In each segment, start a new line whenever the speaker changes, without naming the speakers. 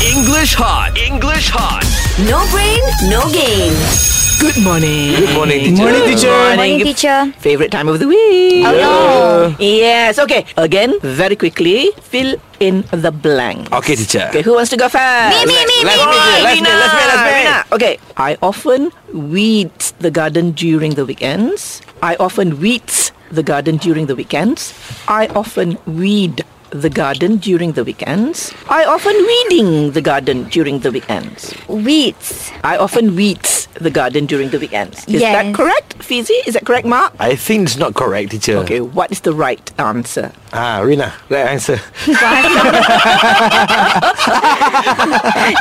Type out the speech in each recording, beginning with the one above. English hot. English hot.
No brain, no game.
Good morning.
Good morning, teacher.
Morning, teacher.
Morning, teacher.
Favorite time of the week.
Oh, no.
Yes. Okay. Again, very quickly, fill in the blank.
Okay, teacher.
Okay, who wants to go first?
Me, me, me, me.
Last minute,
Alright,
last
Rina,
minute, last minute, last minute.
Rina. Okay. I often weed the garden during the weekends. I often weed the garden during the weekends. I often weed the garden during the weekends. I often weeding the garden during the weekends.
Weeds.
I often weeds the garden during the weekends. Is that
Yes.
correct, Fizi? Is that correct, Mark?
I think it's not correct, teacher.
Okay, what is the right answer?
Ah, Rina, right answer.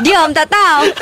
Diam tak tahu.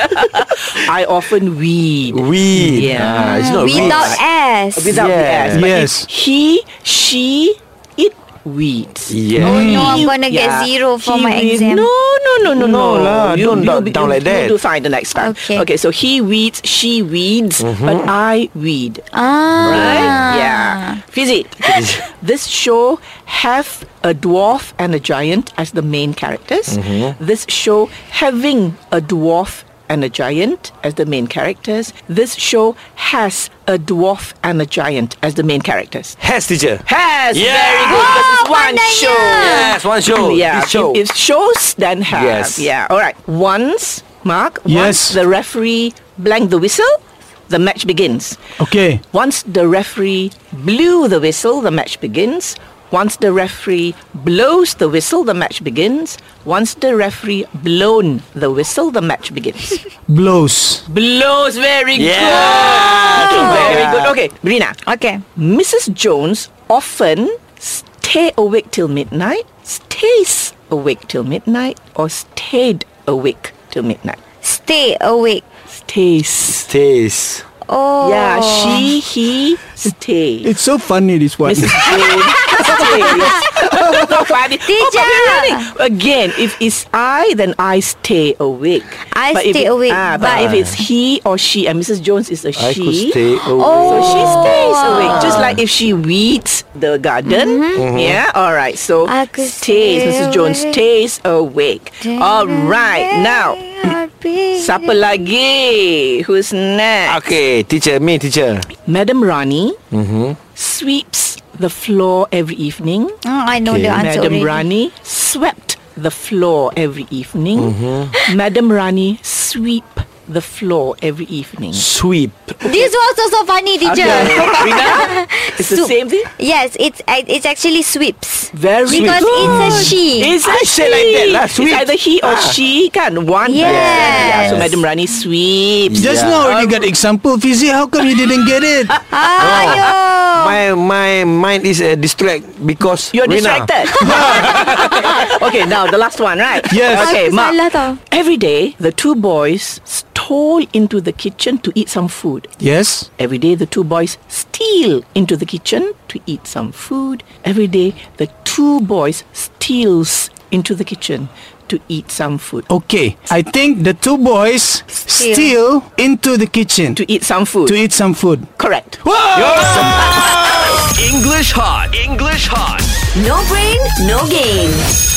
I often weed.
Weed.
Yeah.
Ah, it's not weed.
Without S.
Without the
Yeah.
S. but
Yes.
it's He, she, it, weeds.
Yeah.
Oh, no, I'm gonna get zero for
He
my
weed-
exam.
No, no, no, no, no.
No lah,
You,
don't
you,
down- down like that.
You do fine the next time.
Okay.
Okay, so he weeds, she weeds,
Mm-hmm.
but I weed.
Ah.
Right? Yeah. Fizzy, this show have a dwarf and a giant as the main characters.
Mm-hmm.
This show having a dwarf and a giant as the main characters. This show has a dwarf and a giant as the main characters.
Has, teacher.
Has
Yeah.
very good. because it's one
pandainya.
show.
Yes, one show.
Yeah,
This show.
If, if shows, then have.
Yes.
Yeah. All right. Once, Mark. Once
Yes.
the referee blank the whistle, the match begins.
Okay.
Once the referee blew the whistle, the match begins. Once the referee blows the whistle, the match begins. Once the referee blown the whistle, the match begins.
Blows.
blows, very
Yeah.
good. Very
Yeah.
good. Okay, Brina.
Okay.
Mrs. Jones often stay awake till midnight, stays awake till midnight, or stayed awake till midnight.
Stay awake.
Stays.
Taste.
Oh.
Yeah, she, he, stays.
It's so funny this one.
Mrs. Jones stays. so funny. Oh, but we're
Teacher.
learning. Again, if it's I, then I stay awake.
I
But if
stay
it-
awake,
Ah, but,
but-
if it's he or she, and Mrs. Jones is a
I
she.
could stay away.
So she
Oh.
stays awake, just like if she weeds the garden.
Mm-hmm.
Yeah, all right. So
Mm-hmm. I could stay
stays, Mrs. Jones
awake.
stays awake. All right, now siapa lagi? Who's next?
Okay, Mm-hmm. teacher, me, teacher.
Madam Rani sweeps the floor every evening.
Oh, I know
Okay.
the answer already.
Madam Rani swept the floor every evening. Madam Rani sweep the floor every evening.
Sweep.
This was also so funny, teacher.
Rina, it's the
Soup.
same thing.
Yes, it's it's actually sweeps.
Very
Because
good.
it's a she.
It's a
I
she.
say like that lah, sweep.
eh, It's either he or she kan. One
Yes.
person. Yeah, so
Yes.
Madam Rani sweeps.
Just
Yeah.
now already got example, Fizi. How come you didn't get it?
Ah.
Ayo.
My my mind is uh, distract because
You're
Rina.
distracted. okay, now the last one, right?
Yes.
Okay,
Aku
Mark.
salah tau.
Every day, the two boys stole into the kitchen to eat some food.
yes.
Every day, the two boys steal into the kitchen to eat some food. Every day, the two boys steals into the kitchen to eat some food. Oh,
Okay. I think the two boys steal into the kitchen to,
To eat some food.
eat some food.
Correct.
English hot. English hot.
No brain, no game.